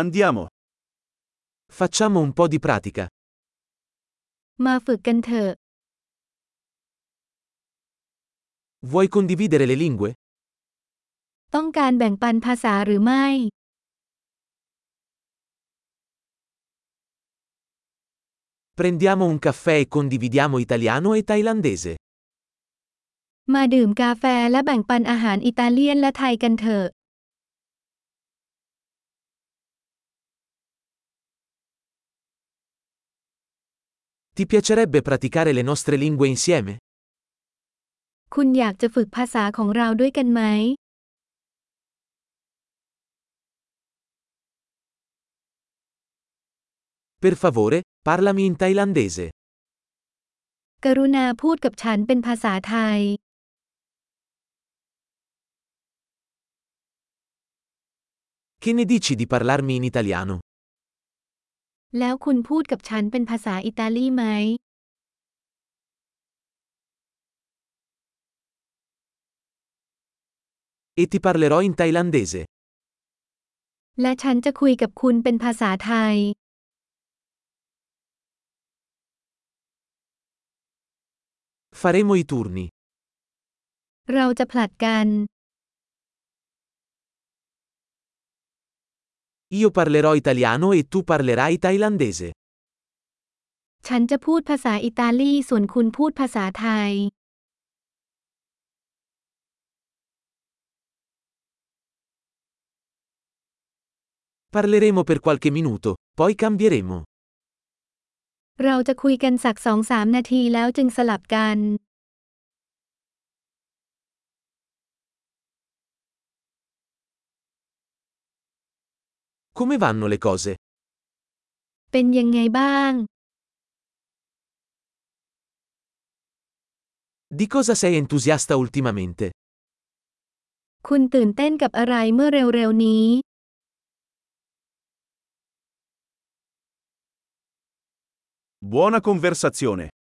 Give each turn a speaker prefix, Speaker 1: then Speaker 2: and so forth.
Speaker 1: Andiamo. Facciamo un po' di pratica.
Speaker 2: มาฝึกกันเถอะ
Speaker 1: Vuoi condividere le lingue?
Speaker 2: ต้องการแบ่งปันภาษาหรือไม่
Speaker 1: Prendiamo un caffè e condividiamo italiano e thailandese.
Speaker 2: มาดื่มกาแฟและแบ่งปันอาหารอิตาเลียนและไทยกันเถอะ
Speaker 1: Ti piacerebbe praticare le nostre lingue insieme?
Speaker 2: คุณอยากจะฝึกภาษาของเราด้วยกันไหม
Speaker 1: Per favore, parlami in thailandese.
Speaker 2: กรุณาพูดกับฉันเป็นภาษาไทย
Speaker 1: Che ne dici di parlarmi in italiano?
Speaker 2: แล้วคุณพูดกับฉันเป็นภาษาอิตาลีไหม
Speaker 1: E ti parlerò in thailandese.
Speaker 2: และฉันจะคุยกับคุณเป็นภาษาไทย
Speaker 1: Faremo i turni.
Speaker 2: เราจะผลัดกัน
Speaker 1: Io parlerò italiano e tu parlerai thailandese.
Speaker 2: ฉันจะพูดภาษาอิตาลีส่วนคุณพูดภาษาไทย
Speaker 1: Parleremo per qualche minuto, poi cambieremo.
Speaker 2: เราจะคุยกันสักสองสามนาทีแล้วจึงสลับกัน
Speaker 1: Come vanno le cose?
Speaker 2: เป็นยังไงบ้าง
Speaker 1: Di cosa sei entusiasta ultimamente?
Speaker 2: คุณตื่นเต้นกับอะไรเมื่อเร็วๆนี้
Speaker 3: Buona conversazione.